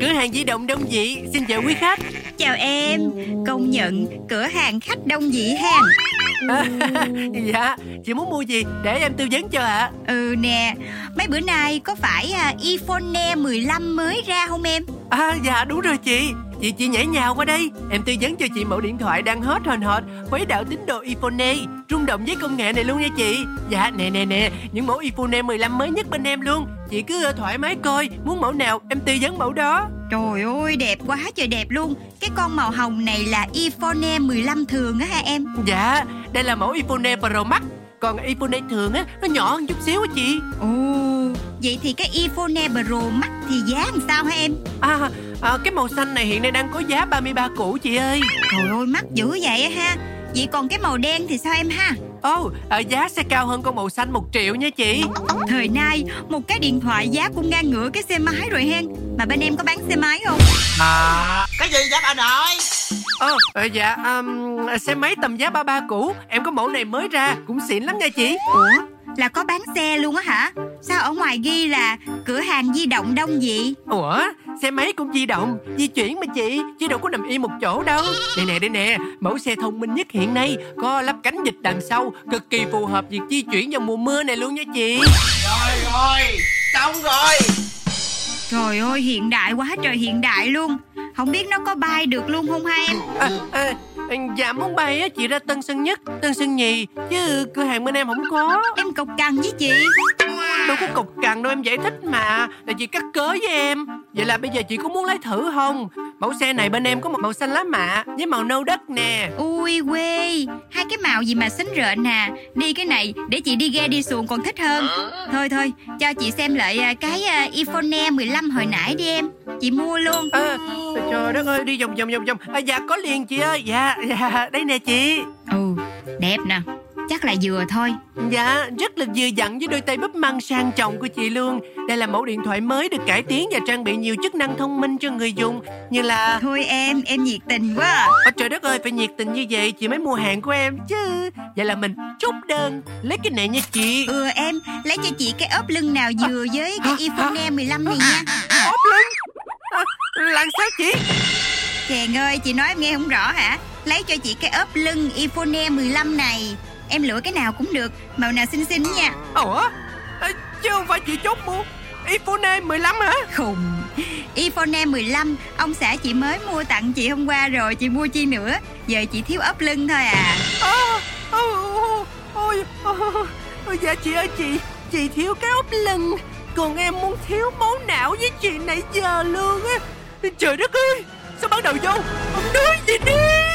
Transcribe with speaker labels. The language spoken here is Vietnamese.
Speaker 1: Cửa hàng di động đông dị Xin chào quý khách
Speaker 2: Chào em, công nhận cửa hàng khách đông dị ha
Speaker 1: Dạ Chị muốn mua gì để em tư vấn cho ạ
Speaker 2: Ừ nè, mấy bữa nay có phải à, iPhone 15 mới ra không em?
Speaker 1: à? Dạ đúng rồi chị Chị chị nhảy nhào qua đây Em tư vấn cho chị mẫu điện thoại đang hot hòn hot Quấy đạo tín đồ iPhone Rung động với công nghệ này luôn nha chị Dạ nè nè nè Những mẫu iPhone 15 mới nhất bên em luôn Chị cứ ờ, thoải mái coi Muốn mẫu nào em tư vấn mẫu đó
Speaker 2: Trời ơi, đẹp quá trời đẹp luôn Cái con màu hồng này là iPhone 15 thường á ha em
Speaker 1: Dạ Đây là mẫu iPhone Pro Max Còn iPhone thường á Nó nhỏ hơn chút xíu á chị
Speaker 2: Ồ, vậy thì cái iPhone Pro Max thì giá làm sao hả em?
Speaker 1: À, à, cái màu xanh này hiện nay đang có giá 33 củ chị ơi
Speaker 2: Trời ơi, mắc dữ vậy á ha Vậy còn cái màu đen thì sao em ha?
Speaker 1: Ồ, ờ, giá sẽ cao hơn con màu xanh 1 triệu nha chị
Speaker 2: Thời nay, một cái điện thoại giá cũng ngang ngửa cái xe máy rồi hen Mà bên em có bán xe máy không?
Speaker 3: À. cái gì vậy bà nội
Speaker 1: Ồ, ờ, dạ, um, xe máy tầm giá 33 cũ Em có mẫu này mới ra, cũng xịn lắm nha chị
Speaker 2: Ủa, là có bán xe luôn á hả? Sao ở ngoài ghi là cửa hàng di động đông dị?
Speaker 1: Ủa, xe máy cũng di động, di chuyển mà chị Chứ đâu có nằm yên một chỗ đâu Đây nè, đây nè, mẫu xe thông minh nhất hiện nay Có lắp cánh dịch đằng sau Cực kỳ phù hợp việc di chuyển vào mùa mưa này luôn nha chị
Speaker 3: rồi rồi xong rồi
Speaker 2: Trời ơi, hiện đại quá trời hiện đại luôn Không biết nó có bay được luôn không ha em?
Speaker 1: à, à, Dạ, muốn bay á, chị ra Tân Sơn Nhất, Tân Sơn Nhì Chứ cửa hàng bên em không có
Speaker 2: Em cộc cằn với chị
Speaker 1: Đâu có cục cằn đâu em giải thích mà Là chị cắt cớ với em Vậy là bây giờ chị có muốn lấy thử không Mẫu xe này bên em có một màu xanh lá mạ Với màu nâu đất nè
Speaker 2: Ui quê, hai cái màu gì mà xính rợn à Đi cái này để chị đi ghe đi xuồng còn thích hơn Thôi thôi, cho chị xem lại à, cái à, iPhone 15 hồi nãy đi em Chị mua luôn
Speaker 1: à, Trời đất ơi đi vòng vòng vòng vòng à, Dạ có liền chị ơi Dạ dạ đây nè chị
Speaker 2: Ừ, đẹp nè, chắc là vừa thôi
Speaker 1: Dạ rất là vừa dặn với đôi tay búp măng sang trọng của chị luôn Đây là mẫu điện thoại mới được cải tiến Và trang bị nhiều chức năng thông minh cho người dùng Như là
Speaker 2: Thôi em, em nhiệt tình quá à.
Speaker 1: Ôi trời đất ơi phải nhiệt tình như vậy Chị mới mua hàng của em chứ Vậy là mình chốt đơn Lấy cái này nha chị
Speaker 2: Ừ em, lấy cho chị cái ốp lưng nào vừa với cái iPhone 15 này nha
Speaker 1: Ốp lưng à, Làm sao chị
Speaker 2: Chàng ơi, chị nói em nghe không rõ hả Lấy cho chị cái ốp lưng iPhone 15 này Em lựa cái nào cũng được, màu nào xinh xinh nha
Speaker 1: Ủa Ờ, Chứ không phải chị chốt mua iPhone 15 hả
Speaker 2: Khùng iPhone 15, ông xã chị mới mua tặng chị hôm qua rồi Chị mua chi nữa, giờ chị thiếu ốp lưng thôi à
Speaker 1: Ờ, ờ, ờ, Ôi ờ, ờ, Dạ chị ơi chị Chị thiếu cái ốp lưng Còn em muốn thiếu máu não với chị nãy giờ luôn á Trời đất ơi Sao bắt đầu vô Ông nói gì đi